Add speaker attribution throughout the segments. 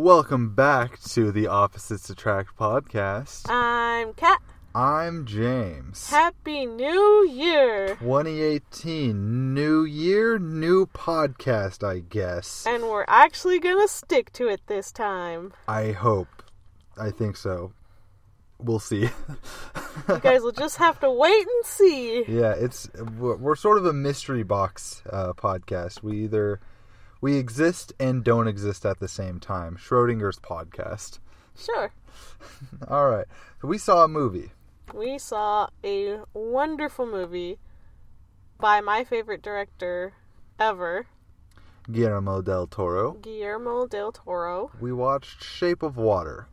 Speaker 1: Welcome back to the Opposites Attract podcast.
Speaker 2: I'm Kat.
Speaker 1: I'm James.
Speaker 2: Happy New Year!
Speaker 1: 2018, new year, new podcast, I guess.
Speaker 2: And we're actually gonna stick to it this time.
Speaker 1: I hope. I think so. We'll see.
Speaker 2: You guys will just have to wait and see.
Speaker 1: yeah, it's we're we're sort of a mystery box uh, podcast. We either we exist and don't exist at the same time. Schrodinger's podcast.
Speaker 2: Sure.
Speaker 1: All right. We saw a movie.
Speaker 2: We saw a wonderful movie by my favorite director ever,
Speaker 1: Guillermo del Toro.
Speaker 2: Guillermo del Toro,
Speaker 1: We watched Shape of Water.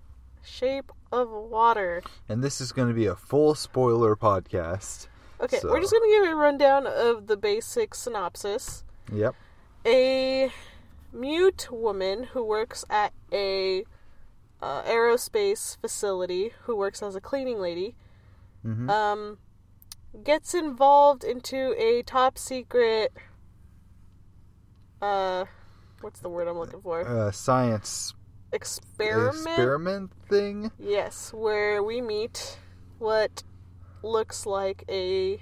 Speaker 2: Shape of Water.
Speaker 1: And this is going to be a full spoiler podcast.
Speaker 2: Okay,
Speaker 1: So-
Speaker 2: we're just gonna give a rundown of the basic synopsis.
Speaker 1: Yep.
Speaker 2: a mute woman who works at a uh, aerospace facility who works as a cleaning lady
Speaker 1: Mhm.
Speaker 2: um, gets involved into a top secret uh what's the word i'm looking for
Speaker 1: Uh, science
Speaker 2: experiment
Speaker 1: experiment thing.
Speaker 2: yes where we meet what looks like a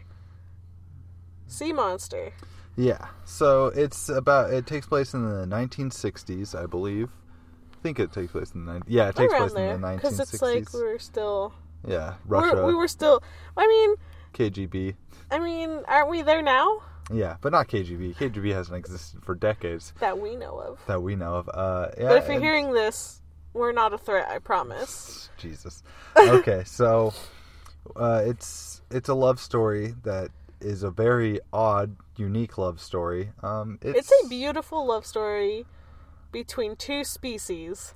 Speaker 2: sea monster
Speaker 1: Yeah. So it's about it takes place in the 1960s, I believe. I think it takes place in the 19- yeah, it takes place
Speaker 2: around there
Speaker 1: in the 1960s.
Speaker 2: because it's like we're still
Speaker 1: yeah,
Speaker 2: We're-
Speaker 1: Russia,
Speaker 2: we were still. I mean,
Speaker 1: KGB.
Speaker 2: I mean, aren't we there now
Speaker 1: Yeah, but not KGB. KGB hasn't existed for decades
Speaker 2: that we know of?
Speaker 1: that we know of. Uh, yeah,
Speaker 2: but if you're
Speaker 1: and-
Speaker 2: hearing this, we're not a threat. I promise.
Speaker 1: Jesus. Okay, so uh, it's it's a love story that is a very odd, unique love story. Um, it's,
Speaker 2: It's a beautiful love story between two species,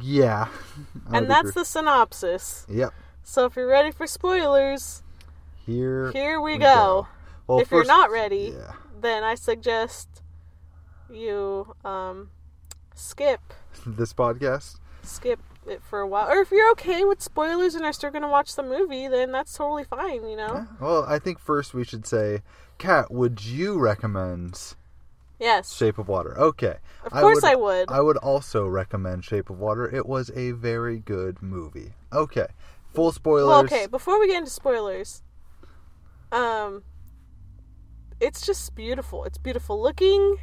Speaker 1: yeah, I
Speaker 2: and
Speaker 1: would
Speaker 2: that's
Speaker 1: agree.
Speaker 2: the synopsis.
Speaker 1: yep.
Speaker 2: So if you're ready for spoilers,
Speaker 1: Here,
Speaker 2: here we,
Speaker 1: we
Speaker 2: go.
Speaker 1: go. Well,
Speaker 2: if you you're
Speaker 1: first-
Speaker 2: not ready,
Speaker 1: yeah,
Speaker 2: then I suggest you um, skip
Speaker 1: this podcast.
Speaker 2: skip it for a while. Or if you're okay with spoilers and are still gonna watch the movie, then that's totally fine. You know.
Speaker 1: Yeah, Well, I think first we should say, Kat, would you recommend
Speaker 2: Yes.
Speaker 1: Shape of Water? Okay,
Speaker 2: Of course I would.
Speaker 1: I would also recommend Shape of Water. It was a very good movie. Okay, full spoilers.
Speaker 2: Well, okay, before we get into spoilers, um, it's just beautiful. It's beautiful looking,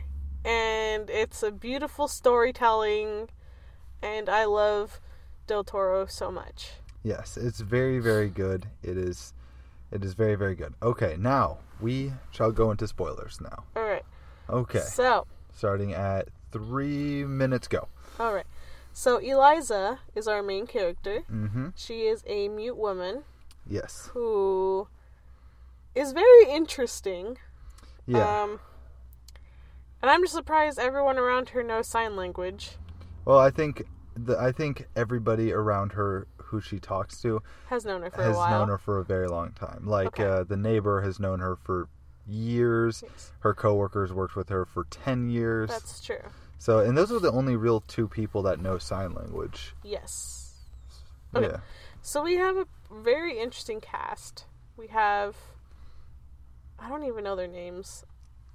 Speaker 2: and it's a beautiful storytelling, and I love Del Toro so much.
Speaker 1: Yes, it's very very good. It is it is very very good. Okay, now we shall go into spoilers now.
Speaker 2: All right.
Speaker 1: Okay.
Speaker 2: So,
Speaker 1: Starting at 3 minutes go.
Speaker 2: all right. So Eliza is our main character.
Speaker 1: Mhm.
Speaker 2: She is a mute woman
Speaker 1: Yes.
Speaker 2: who is very interesting.
Speaker 1: Yeah.
Speaker 2: Um, and I'm just surprised everyone around her knows sign language.
Speaker 1: well, I think the I think everybody around her who she talks to
Speaker 2: Has known her for
Speaker 1: has
Speaker 2: a while.
Speaker 1: known her for a very long time. Like
Speaker 2: Okay.
Speaker 1: uh, the neighbor has known her for years.
Speaker 2: Yes.
Speaker 1: Her coworkers worked with her for 10 years.
Speaker 2: That's true.
Speaker 1: so, and those are the only real two people that know sign language.
Speaker 2: Yes. Okay.
Speaker 1: Yeah.
Speaker 2: So we have a very interesting cast. We have I don't even know their names.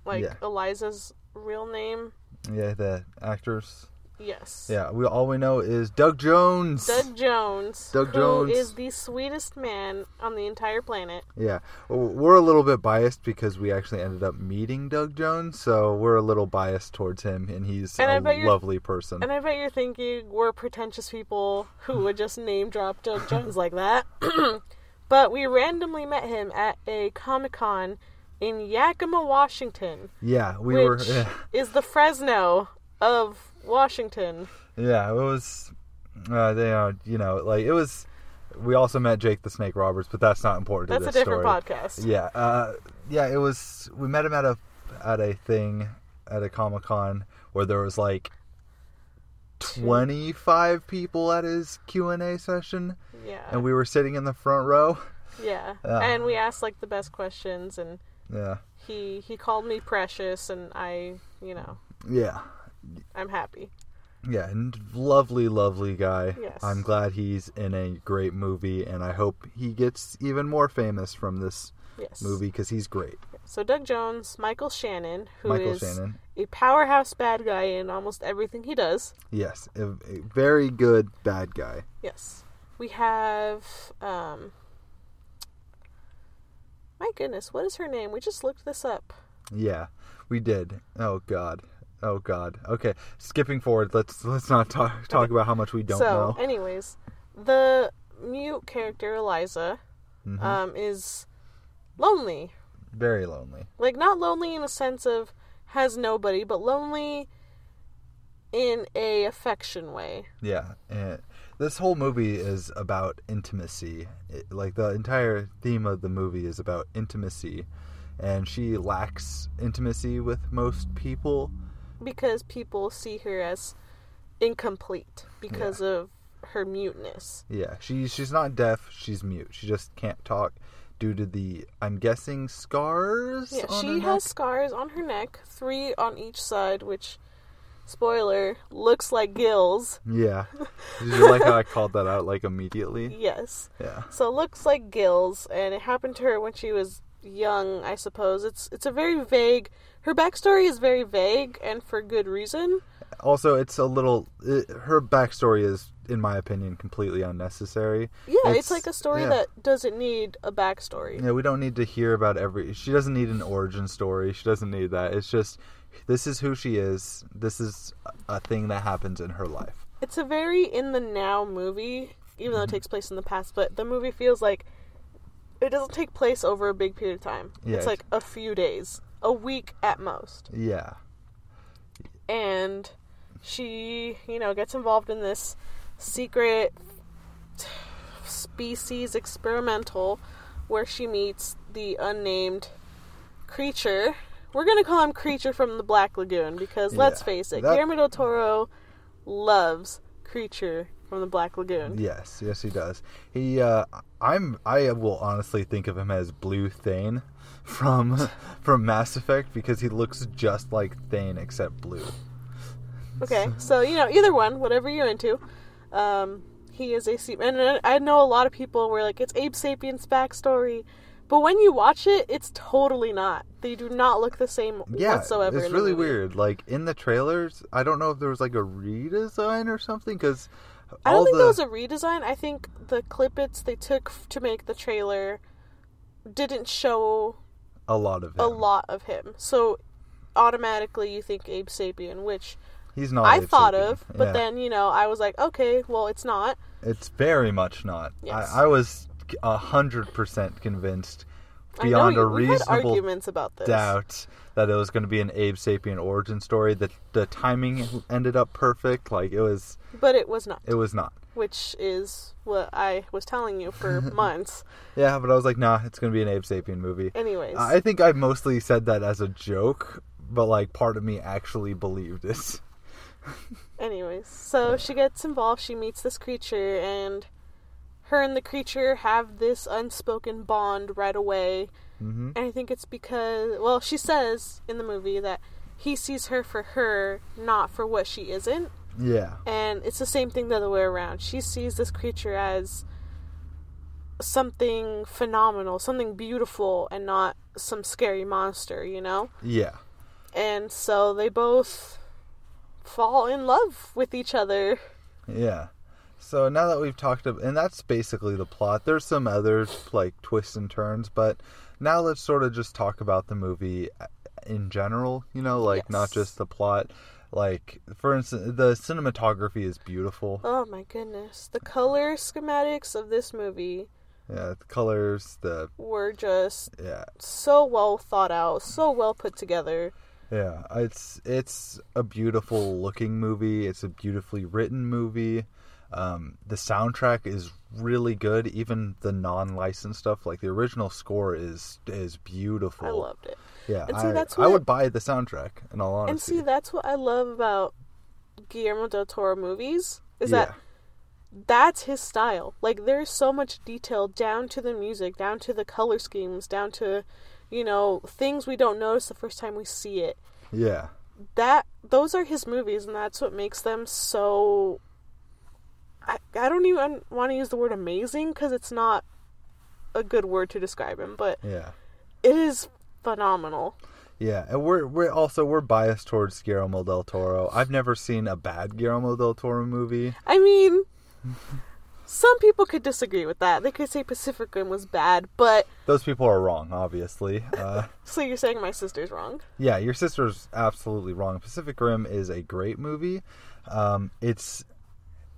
Speaker 2: Like
Speaker 1: Yeah.
Speaker 2: Eliza's real name.
Speaker 1: Yeah, the actors.
Speaker 2: Yes.
Speaker 1: Yeah, we all we know is Doug Jones.
Speaker 2: Doug Jones,
Speaker 1: Doug
Speaker 2: who
Speaker 1: Jones.
Speaker 2: is the sweetest man on the entire planet.
Speaker 1: Yeah, W- we're a little bit biased because we actually ended up meeting Doug Jones, so we're a little biased towards him, and he's
Speaker 2: And I
Speaker 1: a
Speaker 2: bet you're-
Speaker 1: lovely person.
Speaker 2: And I bet you're thinking we're pretentious people who would just name drop Doug Jones like that. but we randomly met him at a Comic Con in Yakima, Washington.
Speaker 1: yeah, we were.
Speaker 2: which
Speaker 1: Yeah,
Speaker 2: is the Fresno of Washington.
Speaker 1: yeah, it was. Uh, they, uh, you know, like it was. We also met Jake the Snake Roberts, but that's not important.
Speaker 2: That's
Speaker 1: to
Speaker 2: a
Speaker 1: this
Speaker 2: different
Speaker 1: story.
Speaker 2: podcast.
Speaker 1: Yeah, uh, yeah, it was. We met him at a at a thing at a Comic Con where there was like twenty five people at his Q and A session,
Speaker 2: Yeah.
Speaker 1: and we were sitting in the front row.
Speaker 2: yeah.
Speaker 1: Uh.
Speaker 2: and we asked like the best questions and
Speaker 1: Yeah,
Speaker 2: he he called me precious and I, you know,
Speaker 1: yeah,
Speaker 2: I'm happy.
Speaker 1: yeah. And lovely, lovely guy.
Speaker 2: Yes.
Speaker 1: I'm glad he's in a great movie, and I hope he gets even more famous from this
Speaker 2: Yes.
Speaker 1: movie because he's great.
Speaker 2: So Doug Jones, Michael Shannon, who is
Speaker 1: Michael Shannon.
Speaker 2: a powerhouse bad guy in almost everything he does.
Speaker 1: Yes, a, a very good bad guy.
Speaker 2: Yes. We have um My goodness, what is her name? We just looked this up.
Speaker 1: Yeah, we did. Oh God. Oh God. Okay, skipping forward. Let's let's not talk talk about how much we don't
Speaker 2: so,
Speaker 1: know.
Speaker 2: anyways, the mute character Eliza
Speaker 1: Mhm.
Speaker 2: um is lonely.
Speaker 1: Very lonely.
Speaker 2: Like not lonely in a sense of has nobody, but lonely in a affection way.
Speaker 1: Yeah. And this whole movie is about intimacy. It, like the entire theme of the movie is about intimacy, and she lacks intimacy with most people.
Speaker 2: because people see her as incomplete because of her muteness.
Speaker 1: Yeah, she she's not deaf. She's mute. She just can't talk due to the I'm guessing scars.
Speaker 2: Yeah,
Speaker 1: on her
Speaker 2: she
Speaker 1: neck?
Speaker 2: has scars on her neck, three on each side, which, spoiler, looks like gills.
Speaker 1: Yeah. Did you like how I called that out like immediately?
Speaker 2: Yes.
Speaker 1: Yeah.
Speaker 2: So looks like gills, and it happened to her when she was young, I suppose. It's it's a very vague. Her backstory is very vague, and for good reason.
Speaker 1: Also, it's a little. It, her backstory is, in my opinion, completely unnecessary.
Speaker 2: Yeah,
Speaker 1: It's-
Speaker 2: it's, like a story
Speaker 1: yeah.
Speaker 2: that doesn't need a backstory.
Speaker 1: Yeah, we don't need to hear about every. She doesn't need an origin story. She doesn't need that. It's just this is who she is. This is a thing that happens in her life.
Speaker 2: It's a very in the now movie, even though it takes place in the past, but the movie feels like it doesn't take place over a big period of time.
Speaker 1: Yeah, it's-
Speaker 2: it's like a few days, a week at most.
Speaker 1: Yeah.
Speaker 2: And she, you know, gets involved in this secret species experimental where she meets the unnamed creature. We're going to call him Creature from the Black Lagoon because let's
Speaker 1: Yeah,
Speaker 2: face it,
Speaker 1: that-
Speaker 2: Guillermo del Toro loves Creature from the Black Lagoon.
Speaker 1: Yes. Yes, he does. He. uh I'm. I will honestly think of him as Blue Thane from from Mass Effect because he looks just like Thane except blue.
Speaker 2: Okay, so you know, either one, whatever you're into. Um, he is a sea, and uh, I- I know a lot of people were like, "It's Abe Sapien's backstory," but when you watch it, it's totally not. They do not look the same
Speaker 1: yeah,
Speaker 2: whatsoever.
Speaker 1: It's
Speaker 2: in the
Speaker 1: really
Speaker 2: movie.
Speaker 1: weird. Like in the trailers, I don't know if there was like a redesign or something because
Speaker 2: I don't
Speaker 1: all
Speaker 2: think
Speaker 1: the
Speaker 2: there was a redesign. I think the clippets they took f- to make the trailer didn't show
Speaker 1: a lot of him.
Speaker 2: a lot of him, so automatically you think Abe Sapien, which
Speaker 1: He's not.
Speaker 2: I
Speaker 1: Abe
Speaker 2: thought
Speaker 1: Sapien.
Speaker 2: of, but
Speaker 1: Yeah.
Speaker 2: then you know, I was like, "Okay, well, it's not."
Speaker 1: it's very much not.
Speaker 2: Yes.
Speaker 1: I, I was a hundred percent convinced
Speaker 2: I know
Speaker 1: beyond
Speaker 2: you,
Speaker 1: a
Speaker 2: we had
Speaker 1: reasonable
Speaker 2: arguments about this.
Speaker 1: doubt that it was going to be an Abe Sapien origin story. That the timing ended up perfect. Like it was.
Speaker 2: but it was not,
Speaker 1: It was not.
Speaker 2: which is what I was telling you for months.
Speaker 1: Yeah, but I was like, nah, it's going to be an Abe Sapien movie.
Speaker 2: Anyways,
Speaker 1: I think I mostly said that as a joke, but like part of me actually believed it.
Speaker 2: anyways, so she gets involved. She meets this creature, and her and the creature have this unspoken bond right away.
Speaker 1: hmm
Speaker 2: And I think it's because, well, she says in the movie that he sees her for her, not for what she isn't.
Speaker 1: Yeah,
Speaker 2: And it's the same thing the other way around. She sees this creature as something phenomenal, something beautiful, and not some scary monster, you know?
Speaker 1: yeah,
Speaker 2: And so they both fall in love with each other.
Speaker 1: yeah. So now that we've talked about, and that's basically the plot. There's some other like twists and turns, but now let's sort of just talk about the movie uh, in general. You know, like not
Speaker 2: Yes.
Speaker 1: just the plot. Like for instance, the cinematography is beautiful.
Speaker 2: Oh my goodness. The color schematics of this movie
Speaker 1: Yeah, the colors, the
Speaker 2: were just
Speaker 1: yeah,
Speaker 2: so well thought out, so well put together.
Speaker 1: Yeah, it's it's a beautiful looking movie. It's a beautifully written movie. Um, the soundtrack is really good. Even the non-licensed stuff, like the original score, is is beautiful.
Speaker 2: I loved it.
Speaker 1: Yeah,
Speaker 2: and see,
Speaker 1: I,
Speaker 2: that's
Speaker 1: I
Speaker 2: what-
Speaker 1: would buy the soundtrack in all
Speaker 2: And
Speaker 1: honesty.
Speaker 2: see, that's what I love about Guillermo del Toro movies is that that's his style. Like there's so much detail down to the music, down to the color schemes, down to you know things we don't notice the first time we see it.
Speaker 1: yeah, yeah,
Speaker 2: That those are his movies, and that's what makes them so. I, I don't even want to use the word amazing because it's not a good word to describe him, but
Speaker 1: yeah.
Speaker 2: it is phenomenal.
Speaker 1: Yeah, and we're we're also we're biased towards Guillermo del Toro. I've never seen a bad Guillermo del Toro movie.
Speaker 2: I mean, some people could disagree with that. They could say Pacific Rim was bad, but
Speaker 1: Those people are wrong, obviously. Uh,
Speaker 2: so you're saying my sister's wrong.
Speaker 1: yeah, your sister's absolutely wrong. Pacific Rim is a great movie. Um, it's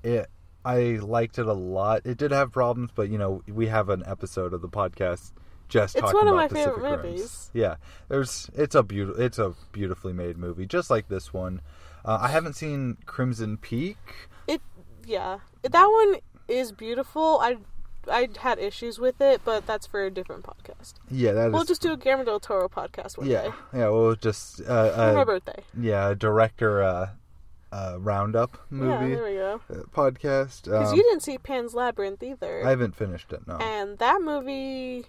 Speaker 1: it. I liked it a lot. It did have problems, but you know we have an episode of the podcast just
Speaker 2: It's
Speaker 1: talking
Speaker 2: one of
Speaker 1: about
Speaker 2: my favorite
Speaker 1: Pacific Rims.
Speaker 2: movies.
Speaker 1: Yeah, there's it's a beautiful it's a beautifully made movie, just like this one. Uh, I haven't seen Crimson Peak.
Speaker 2: It, yeah, that one is beautiful. I, I had issues with it, but that's for a different podcast.
Speaker 1: Yeah, that is.
Speaker 2: We'll just do a Guillermo del Toro podcast one
Speaker 1: yeah,
Speaker 2: day
Speaker 1: yeah. We'll just uh,
Speaker 2: for my
Speaker 1: uh,
Speaker 2: birthday.
Speaker 1: yeah director uh, uh, roundup
Speaker 2: Yeah,
Speaker 1: movie
Speaker 2: there we go.
Speaker 1: uh, podcast.
Speaker 2: Because
Speaker 1: Um,
Speaker 2: you didn't see Pan's Labyrinth either,
Speaker 1: I haven't finished it. No.
Speaker 2: and that movie.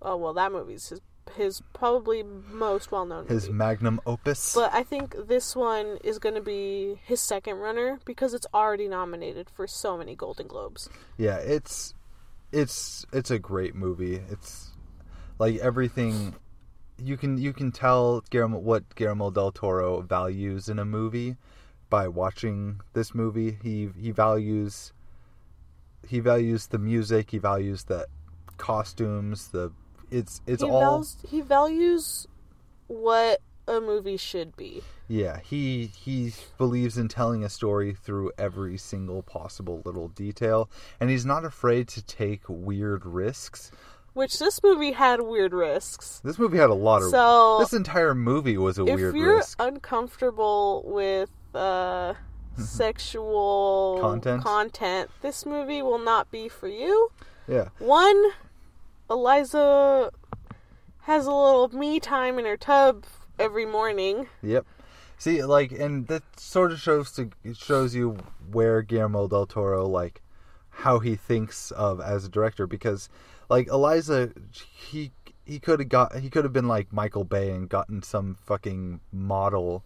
Speaker 2: Oh well, that movie's his his probably most well known.
Speaker 1: his magnum opus.
Speaker 2: But I think this one is going to be his second runner because it's already nominated for so many Golden Globes.
Speaker 1: yeah, it's it's it's a great movie. It's like everything you can you can tell Guillermo what Guillermo del Toro values in a movie by watching this movie. He he values he values the music, he values the costumes, the it's it's
Speaker 2: he,
Speaker 1: all
Speaker 2: values, he values what a movie should be.
Speaker 1: Yeah, he he believes in telling a story through every single possible little detail, and he's not afraid to take weird risks.
Speaker 2: Which this movie had weird risks.
Speaker 1: This movie had a lot of.
Speaker 2: So,
Speaker 1: this entire movie was a
Speaker 2: If
Speaker 1: weird
Speaker 2: you're
Speaker 1: risk.
Speaker 2: uncomfortable with uh, sexual
Speaker 1: Content?
Speaker 2: content, this movie will not be for you.
Speaker 1: Yeah,
Speaker 2: One, Eliza has a little me time in her tub every morning.
Speaker 1: yep. See, like, and that sort of shows to shows you where Guillermo del Toro like how he thinks of as a director because like Eliza he he could have got he could have been like Michael Bay and gotten some fucking model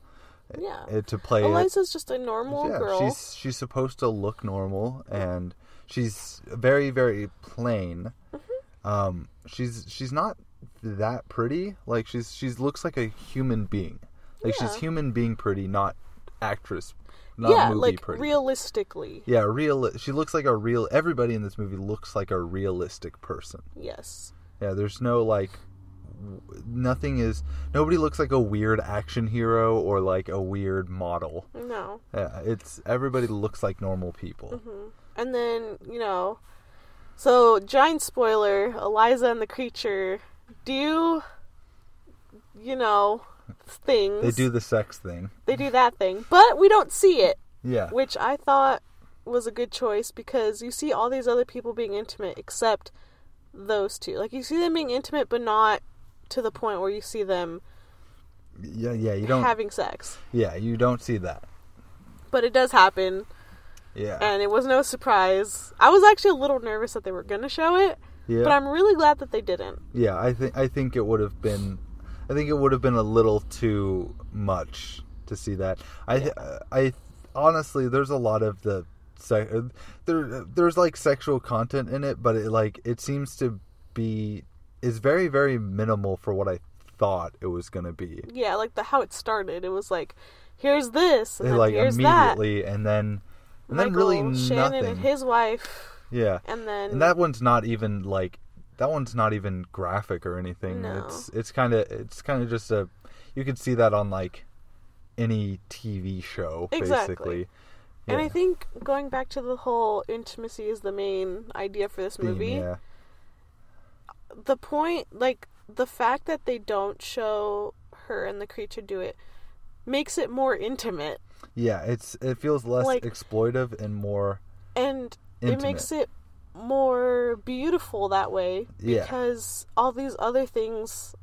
Speaker 2: Yeah.
Speaker 1: uh, to play it.
Speaker 2: Eliza's just a normal girl.
Speaker 1: she's she's supposed to look normal, and she's very very plain.
Speaker 2: Mm-hmm.
Speaker 1: Um, she's she's not that pretty. Like she's she's looks like a human being. Like she's
Speaker 2: Yeah.
Speaker 1: human being pretty, not actress, not
Speaker 2: yeah,
Speaker 1: movie
Speaker 2: like
Speaker 1: pretty.
Speaker 2: realistically.
Speaker 1: yeah, real. She looks like a real. Everybody in this movie looks like a realistic person.
Speaker 2: Yes.
Speaker 1: Yeah, there's no like. w- Nothing is. Nobody looks like a weird action hero or like a weird model.
Speaker 2: No.
Speaker 1: Yeah, it's everybody looks like normal people.
Speaker 2: Mm-hmm. And then, you know, so giant spoiler, Eliza and the creature do you know, things.
Speaker 1: They do the sex thing.
Speaker 2: they do that thing, but we don't see it,
Speaker 1: Yeah.
Speaker 2: which I thought was a good choice because you see all these other people being intimate except those two. Like you see them being intimate but not to the point where you see them
Speaker 1: Yeah, yeah, you don't
Speaker 2: having sex.
Speaker 1: Yeah, you don't see that.
Speaker 2: But it does happen.
Speaker 1: Yeah.
Speaker 2: and it was no surprise. I was actually a little nervous that they were gonna show it,
Speaker 1: yeah.
Speaker 2: but I'm really glad that they didn't.
Speaker 1: yeah, I think I think it would have been I think it would have been a little too much to see that. I th I honestly there's a lot of the se- there there's like sexual content in it, but it like it seems to be is very very minimal for what I thought it was going to be.
Speaker 2: Yeah, like the how it started. It was like, here's this, and
Speaker 1: It,
Speaker 2: then
Speaker 1: like
Speaker 2: here's that.
Speaker 1: immediately and then and
Speaker 2: Michael,
Speaker 1: then really
Speaker 2: Shannon
Speaker 1: nothing.
Speaker 2: and his wife,
Speaker 1: yeah.
Speaker 2: and then
Speaker 1: And that one's not even like that one's not even graphic or anything.
Speaker 2: No.
Speaker 1: It's it's kind of it's kind of just a you could see that on like any TV show
Speaker 2: Exactly.
Speaker 1: basically.
Speaker 2: and
Speaker 1: yeah.
Speaker 2: I think going back to the whole intimacy is the main idea for this
Speaker 1: Theme,
Speaker 2: movie.
Speaker 1: yeah.
Speaker 2: The point, like the fact that they don't show her and the creature do it, makes it more intimate,
Speaker 1: Yeah, it's it feels less
Speaker 2: Like-
Speaker 1: exploitive and more
Speaker 2: and
Speaker 1: intimate.
Speaker 2: it makes it more beautiful that way
Speaker 1: Yeah.
Speaker 2: because all these other things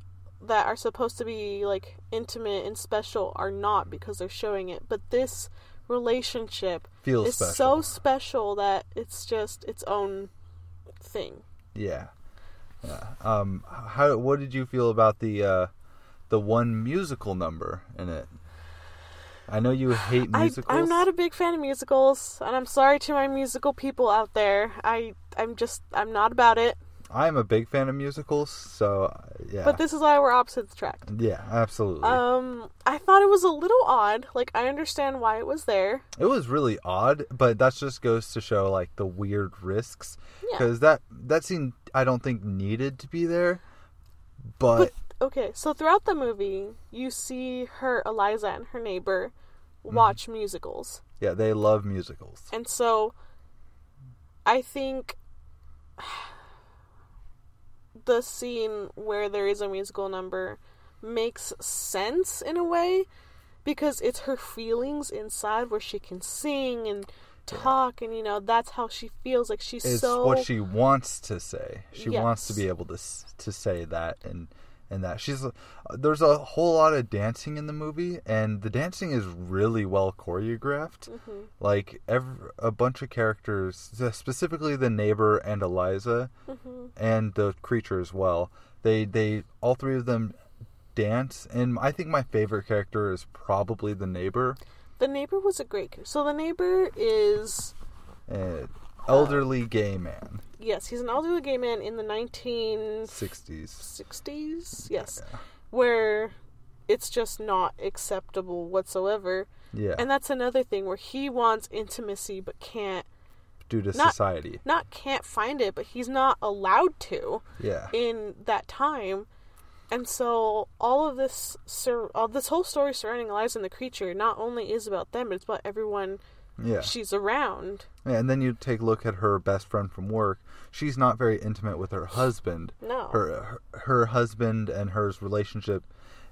Speaker 2: that are supposed to be like intimate and special are not because they're showing it but this relationship
Speaker 1: feels
Speaker 2: is
Speaker 1: special.
Speaker 2: so special that it's just its own thing
Speaker 1: Yeah. Yeah. Um how what did you feel about the uh the one musical number in it? I know you hate
Speaker 2: I,
Speaker 1: musicals.
Speaker 2: i'm not a big fan of musicals and i'm sorry to my musical people out there i i'm just i'm not about it
Speaker 1: I'm a big fan of musicals, so yeah.
Speaker 2: But this is why we're opposites attract.
Speaker 1: yeah, absolutely.
Speaker 2: Um, I thought it was a little odd. Like I understand why it was there.
Speaker 1: it was really odd, but that just goes to show like the weird risks
Speaker 2: Yeah.
Speaker 1: because that that scene I don't think needed to be there, but,
Speaker 2: Okay, so throughout the movie, you see her Eliza and her neighbor
Speaker 1: Mm-hmm.
Speaker 2: watch musicals.
Speaker 1: yeah, they love musicals.
Speaker 2: And so I think the scene where there is a musical number makes sense in a way because it's her feelings inside where she can sing and talk and you know that's how she feels like she's
Speaker 1: It's
Speaker 2: so
Speaker 1: what she wants to say. She wants to
Speaker 2: Yes.
Speaker 1: be able to s- to say that and and that she's uh, there's a whole lot of dancing in the movie and the dancing is really well choreographed.
Speaker 2: Mm-hmm.
Speaker 1: Like ev a bunch of characters, specifically the neighbor and Eliza
Speaker 2: Mm-hmm.
Speaker 1: and the creature as well. They they all three of them dance and I think my favorite character is probably the neighbor.
Speaker 2: the neighbor was a great character. so the neighbor is
Speaker 1: Uh, elderly gay man,
Speaker 2: yes he's an elderly gay man in the 19
Speaker 1: 60s.
Speaker 2: 60s yes where it's just not acceptable whatsoever
Speaker 1: Yeah.
Speaker 2: and that's another thing where he wants intimacy but can't
Speaker 1: due to
Speaker 2: not-
Speaker 1: society.
Speaker 2: not can't find it but he's not allowed to
Speaker 1: Yeah.
Speaker 2: in that time and so all of this sur- all this whole story surrounding eliza and the creature not only is about them but it's about everyone
Speaker 1: Yeah.
Speaker 2: she's around
Speaker 1: and then you take a look at her best friend from work. She's not very intimate with her husband.
Speaker 2: no
Speaker 1: Her her, her husband and hers relationship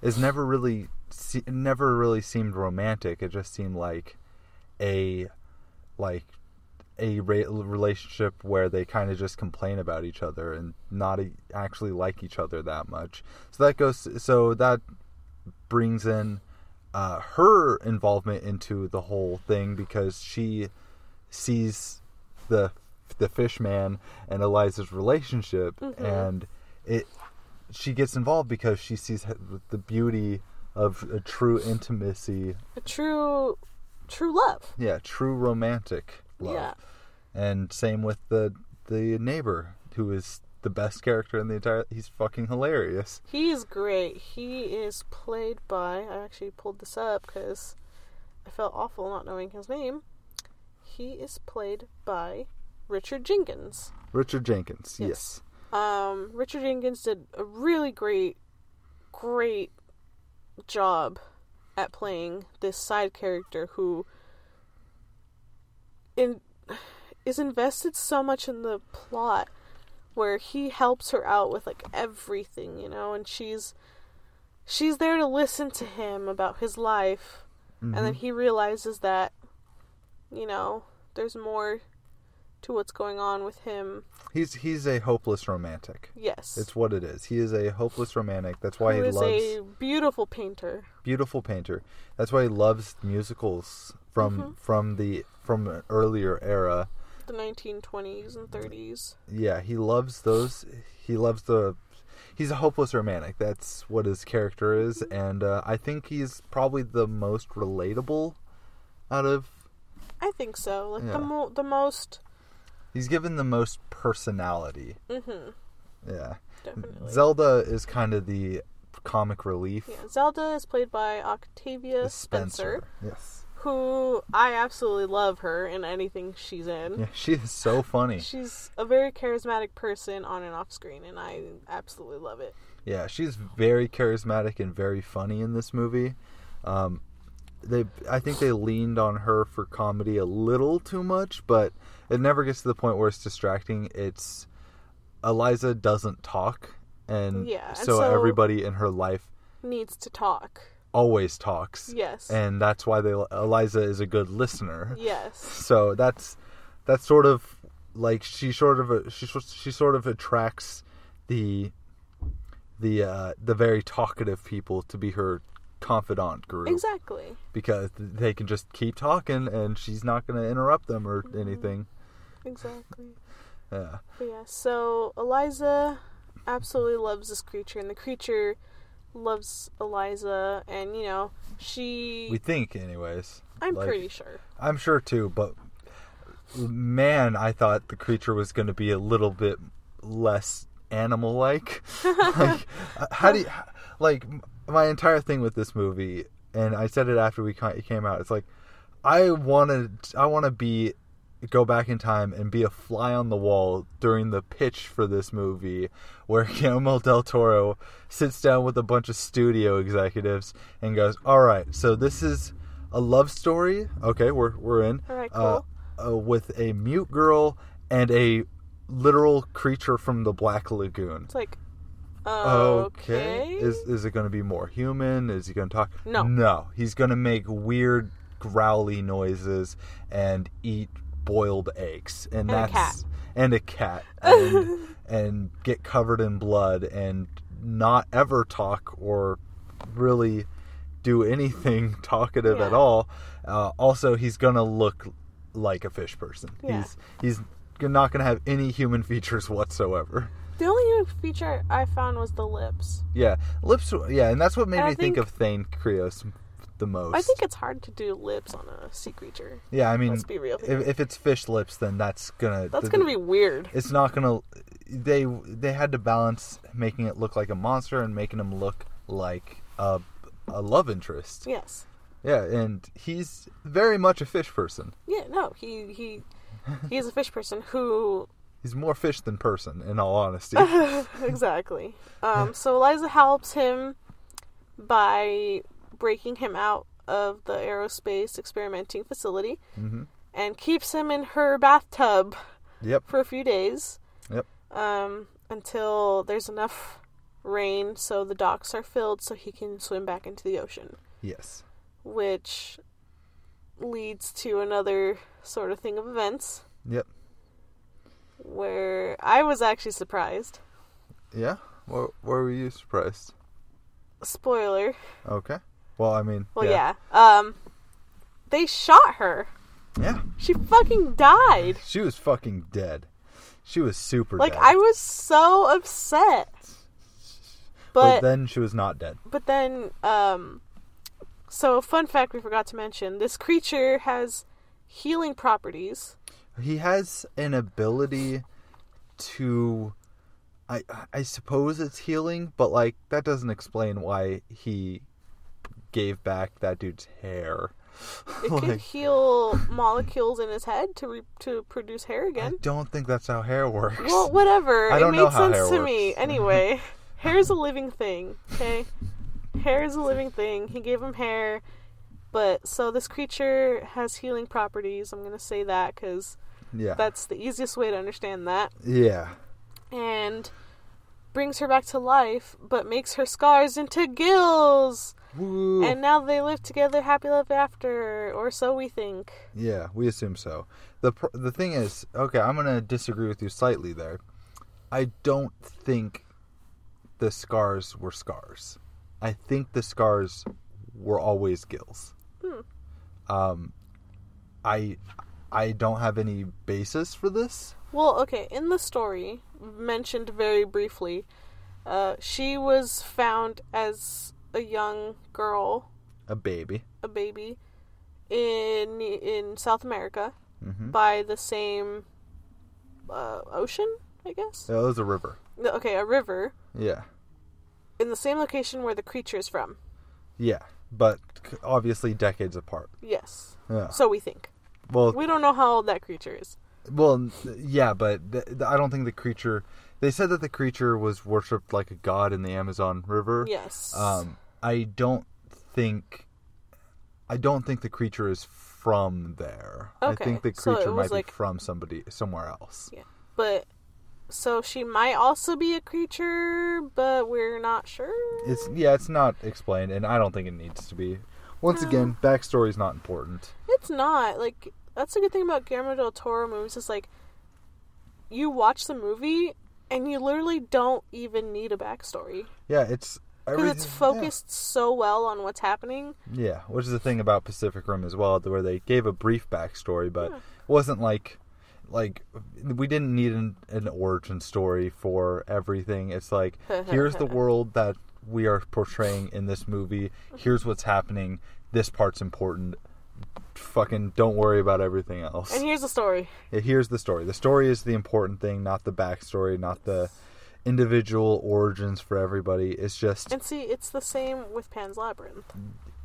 Speaker 1: is never really se- never really seemed romantic. It just seemed like a like a re- relationship where they kind of just complain about each other and not e actually like each other that much. So that goes so that brings in uh, her involvement into the whole thing because she sees the the fish man and Eliza's relationship
Speaker 2: Mm-hmm.
Speaker 1: and it she gets involved because she sees h- the beauty of a true intimacy
Speaker 2: a true true love
Speaker 1: yeah true romantic love
Speaker 2: yeah
Speaker 1: and same with the the neighbor who is the best character in the entire he's fucking hilarious
Speaker 2: He is great. He is played by. I actually pulled this up because I felt awful not knowing his name. He is played by Richard Jenkins.
Speaker 1: Richard Jenkins yes,
Speaker 2: Yes. Um, Richard Jenkins did a really great, great job at playing this side character who in is invested so much in the plot where he helps her out with like everything, you know, and she's she's there to listen to him about his life and then he realizes that you know, there's more to what's going on with him.
Speaker 1: he's he's a hopeless romantic
Speaker 2: Yes.
Speaker 1: it's what it is he is a hopeless romantic that's why
Speaker 2: who
Speaker 1: he
Speaker 2: is
Speaker 1: loves
Speaker 2: a beautiful painter.
Speaker 1: beautiful painter. That's why he loves musicals from from the from an earlier era.
Speaker 2: The 1920s and 30s.
Speaker 1: Yeah, he loves those. He loves the. He's a hopeless romantic. That's what his character is, and uh, I think he's probably the most relatable out of.
Speaker 2: I think so. Like
Speaker 1: Yeah.
Speaker 2: the mo- the most.
Speaker 1: He's given the most personality.
Speaker 2: hmm
Speaker 1: Yeah,
Speaker 2: Definitely.
Speaker 1: Zelda is kind of the comic relief.
Speaker 2: yeah, Zelda is played by Octavia
Speaker 1: is
Speaker 2: Spencer,
Speaker 1: Yes.
Speaker 2: who I absolutely love her in anything she's in.
Speaker 1: Yeah, she is so funny.
Speaker 2: She's a very charismatic person on and off screen, and I absolutely love it.
Speaker 1: Yeah, she's very charismatic and very funny in this movie. Um, they, I think they leaned on her for comedy a little too much, but it never gets to the point where it's distracting. It's Eliza doesn't talk, and
Speaker 2: Yeah, and
Speaker 1: so,
Speaker 2: so-
Speaker 1: everybody in her life
Speaker 2: Needs to talk.
Speaker 1: always talks.
Speaker 2: Yes.
Speaker 1: and that's why they Eliza is a good listener.
Speaker 2: yes.
Speaker 1: So that's that's sort of like she sort of uh, she sor- she sort of attracts the the uh, the very talkative people to be her confidant group
Speaker 2: Exactly.
Speaker 1: because they can just keep talking and she's not going to interrupt them or
Speaker 2: Mm-hmm.
Speaker 1: anything.
Speaker 2: Exactly.
Speaker 1: Yeah.
Speaker 2: But yeah, so Eliza absolutely loves this creature, and the creature loves Eliza, and you know, she.
Speaker 1: We think anyways.
Speaker 2: I'm
Speaker 1: like-
Speaker 2: pretty sure.
Speaker 1: I'm sure too, but man, I thought the creature was going to be a little bit less animal like. like how do you like my entire thing with this movie and I said it after we ca- it came out. It's like I wanted I want to be go back in time and be a fly on the wall during the pitch for this movie where Guillermo del Toro sits down with a bunch of studio executives and goes, "All right, so this is a love story. Okay, we're we're in.
Speaker 2: All right,
Speaker 1: uh,
Speaker 2: cool.
Speaker 1: uh, with a mute girl and a literal creature from the Black Lagoon.
Speaker 2: It's like, okay.
Speaker 1: Is is it going to be more human? Is he going to talk?
Speaker 2: No.
Speaker 1: No. He's going to make weird growly noises and eat boiled eggs and,
Speaker 2: a
Speaker 1: that's
Speaker 2: cat.
Speaker 1: and a cat and, and get covered in blood and not ever talk or really do anything talkative at
Speaker 2: Yeah.
Speaker 1: all. Uh, also, he's going to look like a fish person.
Speaker 2: Yeah.
Speaker 1: He's he's not going to have any human features whatsoever.
Speaker 2: the only unique feature I found was the lips.
Speaker 1: Yeah, lips. were- Yeah, and that's what made
Speaker 2: And I
Speaker 1: me think,
Speaker 2: think-
Speaker 1: of Thane Krios the most.
Speaker 2: I think it's hard to do lips on a sea creature.
Speaker 1: Yeah, I mean,
Speaker 2: Let's be real.
Speaker 1: if, if it's fish lips, then that's gonna.
Speaker 2: That's
Speaker 1: the-
Speaker 2: gonna be weird.
Speaker 1: It's not gonna. They they had to balance making it look like a monster and making him look like a a love interest.
Speaker 2: Yes.
Speaker 1: Yeah, and he's very much a fish person.
Speaker 2: Yeah. No. He he he's a fish person who
Speaker 1: He's more fish than person, in all honesty.
Speaker 2: exactly. Um, so Eliza helps him by breaking him out of the aerospace experimenting facility
Speaker 1: Mhm.
Speaker 2: and keeps him in her bathtub
Speaker 1: yep.
Speaker 2: for a few days.
Speaker 1: Yep.
Speaker 2: Um, until there's enough rain so the docks are filled so he can swim back into the ocean,
Speaker 1: Yes.
Speaker 2: which leads to another sort of thing of events
Speaker 1: Yep.
Speaker 2: where I was actually surprised.
Speaker 1: Yeah. Where, where were you surprised?
Speaker 2: Spoiler.
Speaker 1: Okay. Well, I mean.
Speaker 2: Well, yeah. Um, they shot her.
Speaker 1: Yeah.
Speaker 2: She fucking died.
Speaker 1: She was fucking dead. She was super
Speaker 2: Like
Speaker 1: dead.
Speaker 2: I was so upset.
Speaker 1: but,
Speaker 2: But
Speaker 1: then she was not dead.
Speaker 2: but then um, so fun fact we forgot to mention: this creature has healing properties.
Speaker 1: He has an ability to I I suppose it's healing, but like that doesn't explain why he gave back that dude's hair.
Speaker 2: It can
Speaker 1: like
Speaker 2: heal molecules in his head to re- to produce hair
Speaker 1: I
Speaker 2: again.
Speaker 1: don't think that's how hair works.
Speaker 2: Well, whatever.
Speaker 1: I don't
Speaker 2: it
Speaker 1: know
Speaker 2: made
Speaker 1: how
Speaker 2: sense
Speaker 1: hair
Speaker 2: to me.
Speaker 1: works.
Speaker 2: Anyway, hair is a living thing, okay? hair is a living thing. He gave him hair. But so this creature has healing properties. I'm going to say that because
Speaker 1: yeah.
Speaker 2: that's the easiest way to understand that.
Speaker 1: yeah.
Speaker 2: And brings her back to life, but makes her scars into gills.
Speaker 1: Woo.
Speaker 2: And now they live together happy life after, or so we think.
Speaker 1: Yeah, we assume so. the pr- The thing is, okay, I'm gonna disagree with you slightly there. I don't think the scars were scars. I think the scars were always gills. Um, I I don't have any basis for this.
Speaker 2: Well, okay, in the story, mentioned very briefly, uh, she was found as a young girl,
Speaker 1: A baby.
Speaker 2: a baby, in in South America
Speaker 1: Mm-hmm.
Speaker 2: by the same uh, ocean, I guess.
Speaker 1: It was a river.
Speaker 2: No, Okay, a river
Speaker 1: Yeah,
Speaker 2: in the same location where the creature is from.
Speaker 1: yeah, but c- obviously decades apart.
Speaker 2: Yes,
Speaker 1: Yeah.
Speaker 2: so we think.
Speaker 1: Well,
Speaker 2: We don't know how old that creature is.
Speaker 1: Well, th- yeah, but th- th- I don't think the creature. They said that the creature was worshipped like a god in the Amazon River.
Speaker 2: Yes.
Speaker 1: Um, I don't think. I don't think the creature is from there. I
Speaker 2: Okay,
Speaker 1: think the
Speaker 2: so it
Speaker 1: creature
Speaker 2: was
Speaker 1: might
Speaker 2: like-
Speaker 1: be from somebody somewhere else.
Speaker 2: Yeah. But so she might also be a creature, but we're not sure.
Speaker 1: It's yeah, it's not explained, and I don't think it needs to be. Once again, backstory is not important.
Speaker 2: It's not like that's the good thing about Guillermo del Toro movies is like you watch the movie and you literally don't even need a backstory
Speaker 1: Yeah, it's
Speaker 2: because
Speaker 1: everything-
Speaker 2: it's
Speaker 1: yeah.
Speaker 2: focused so well on what's happening.
Speaker 1: Yeah, which is the thing about Pacific Rim as well, where they gave a brief backstory, but it wasn't like like we didn't need an, an origin story for everything. It's like here's the world that we are portraying in this movie. Here's what's happening. This part's important. fucking don't worry about everything else.
Speaker 2: And here's the story.
Speaker 1: Yeah, here's the story. The story is the important thing, not the backstory, not the individual origins for everybody. It's just
Speaker 2: And see, it's the same with Pan's Labyrinth.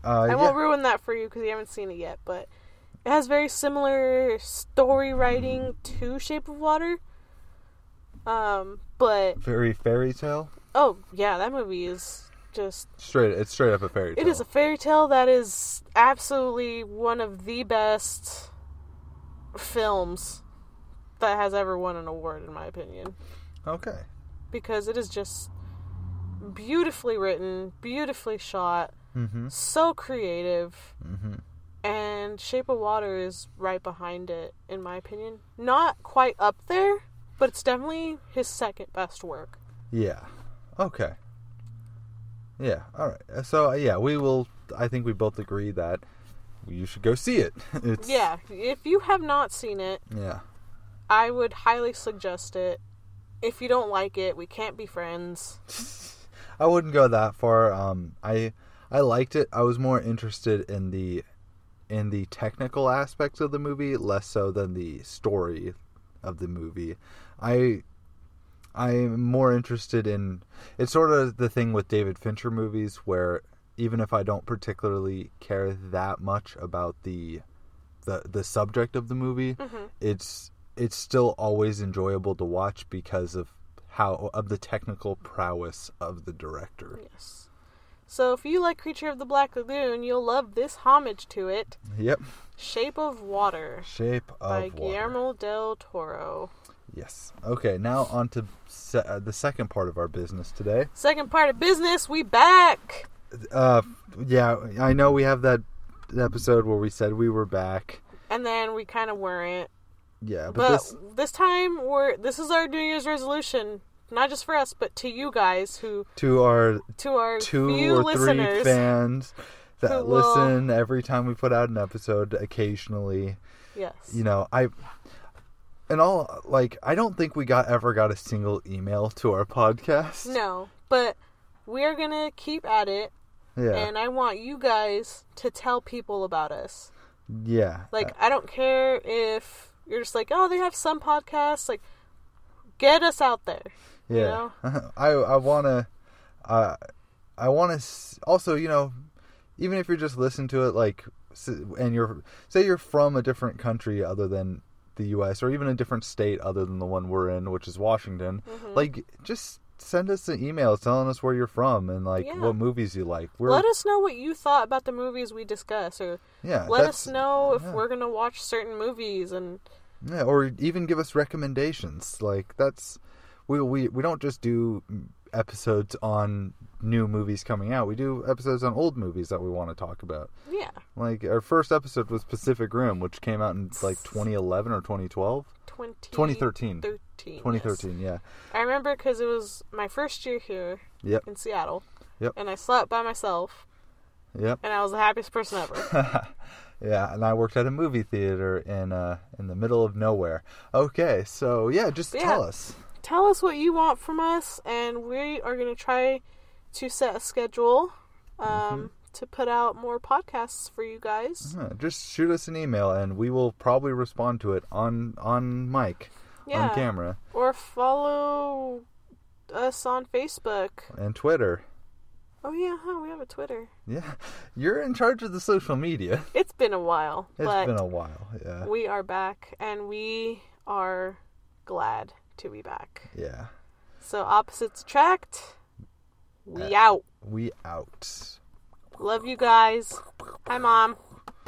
Speaker 1: uh,
Speaker 2: I
Speaker 1: yeah,
Speaker 2: won't ruin that for you because you haven't seen it yet, but it has very similar story writing to Shape of Water. Um, but
Speaker 1: very fairy tale.
Speaker 2: oh yeah, that movie is just
Speaker 1: Straight, it's straight up a fairy tale.
Speaker 2: It is a fairy tale that is absolutely one of the best films that has ever won an award, in my opinion,
Speaker 1: okay.
Speaker 2: because it is just beautifully written, beautifully shot,
Speaker 1: Mm-hmm.
Speaker 2: so creative,
Speaker 1: Mm-hmm.
Speaker 2: and Shape of Water is right behind it, in my opinion. Not quite up there, but it's definitely his second best work.
Speaker 1: Yeah. Okay. Yeah. All right. Uh, So yeah, we will. I think we both agree that you should go see it. It's,
Speaker 2: Yeah, if you have not seen it,
Speaker 1: Yeah.
Speaker 2: I would highly suggest it. If you don't like it, we can't be friends.
Speaker 1: I wouldn't go that far. Um, I I liked it. I was more interested in the in the technical aspects of the movie, less so than the story of the movie. I I'm more interested in it's sort of the thing with David Fincher movies where even if I don't particularly care that much about the the the subject of the movie,
Speaker 2: Mm-hmm.
Speaker 1: it's it's still always enjoyable to watch because of how of the technical prowess of the director.
Speaker 2: Yes. So if you like Creature of the Black Lagoon, you'll love this homage to it
Speaker 1: Yep.
Speaker 2: Shape of Water
Speaker 1: Shape of
Speaker 2: by
Speaker 1: Water.
Speaker 2: Guillermo del Toro.
Speaker 1: Yes. Okay, now on to se- uh, the second part of our business today.
Speaker 2: Second part of business, we back!
Speaker 1: Uh yeah, I know we have that episode where we said we were back.
Speaker 2: And then we kind of weren't.
Speaker 1: Yeah, but,
Speaker 2: But
Speaker 1: this
Speaker 2: this time, we're this is our New Year's resolution. Not just for us, but to you guys who,
Speaker 1: to our
Speaker 2: to our
Speaker 1: two
Speaker 2: few
Speaker 1: or three
Speaker 2: listeners,
Speaker 1: fans that
Speaker 2: who will-
Speaker 1: listen every time we put out an episode occasionally.
Speaker 2: yes,
Speaker 1: you know i and all like i don't think we got ever got a single email to our podcast
Speaker 2: no, but we are gonna keep at it
Speaker 1: yeah
Speaker 2: and I want you guys to tell people about us.
Speaker 1: yeah uh,
Speaker 2: Like, I don't care if you're just like, oh, they have some podcasts. Like, get us out there.
Speaker 1: yeah
Speaker 2: know?
Speaker 1: i i want to uh i want to also you know even if you're just listening to it like s- and you're say you're from a different country other than the us or even a different state other than the one we're in which is washington
Speaker 2: Mm-hmm.
Speaker 1: like just send us an email telling us where you're from and like
Speaker 2: Yeah.
Speaker 1: what movies you like we're
Speaker 2: Let us know what you thought about the movies we discuss, or
Speaker 1: yeah
Speaker 2: let
Speaker 1: Uh, that's-
Speaker 2: us know if
Speaker 1: yeah.
Speaker 2: we're gonna watch certain movies. And
Speaker 1: Yeah, or even give us recommendations. Like that's we we we don't just do episodes on new movies coming out. We do episodes on old movies that we want to talk about.
Speaker 2: yeah,
Speaker 1: Like our first episode was Pacific Rim, which came out in like 2011 or 2012,
Speaker 2: 20,
Speaker 1: 2013.
Speaker 2: 13, yes.
Speaker 1: 2013, yeah.
Speaker 2: I remember because it was my first year here
Speaker 1: Yep.
Speaker 2: in Seattle.
Speaker 1: Yep.
Speaker 2: And I slept by myself,
Speaker 1: Yep.
Speaker 2: and I was the happiest person ever.
Speaker 1: Yeah, and I worked at a movie theater in uh in the middle of nowhere. Okay, so yeah, just
Speaker 2: Yeah.
Speaker 1: tell us.
Speaker 2: tell us what you want from us, and we are going to try to set a schedule um,
Speaker 1: Mm-hmm.
Speaker 2: to put out more podcasts for you guys.
Speaker 1: Yeah, just shoot us an email and we will probably respond to it on on mic,
Speaker 2: Yeah.
Speaker 1: Mm-hmm. on camera.
Speaker 2: Or follow us on Facebook.
Speaker 1: and Twitter.
Speaker 2: Oh, yeah, huh, we have a Twitter.
Speaker 1: Yeah, you're in charge of the social media.
Speaker 2: It's been a while,
Speaker 1: It's
Speaker 2: but
Speaker 1: been a while. Yeah,
Speaker 2: we are back, and we are glad to be back.
Speaker 1: yeah.
Speaker 2: So, opposites attract. We out.
Speaker 1: Uh, We out.
Speaker 2: Love you guys. Hi, Mom.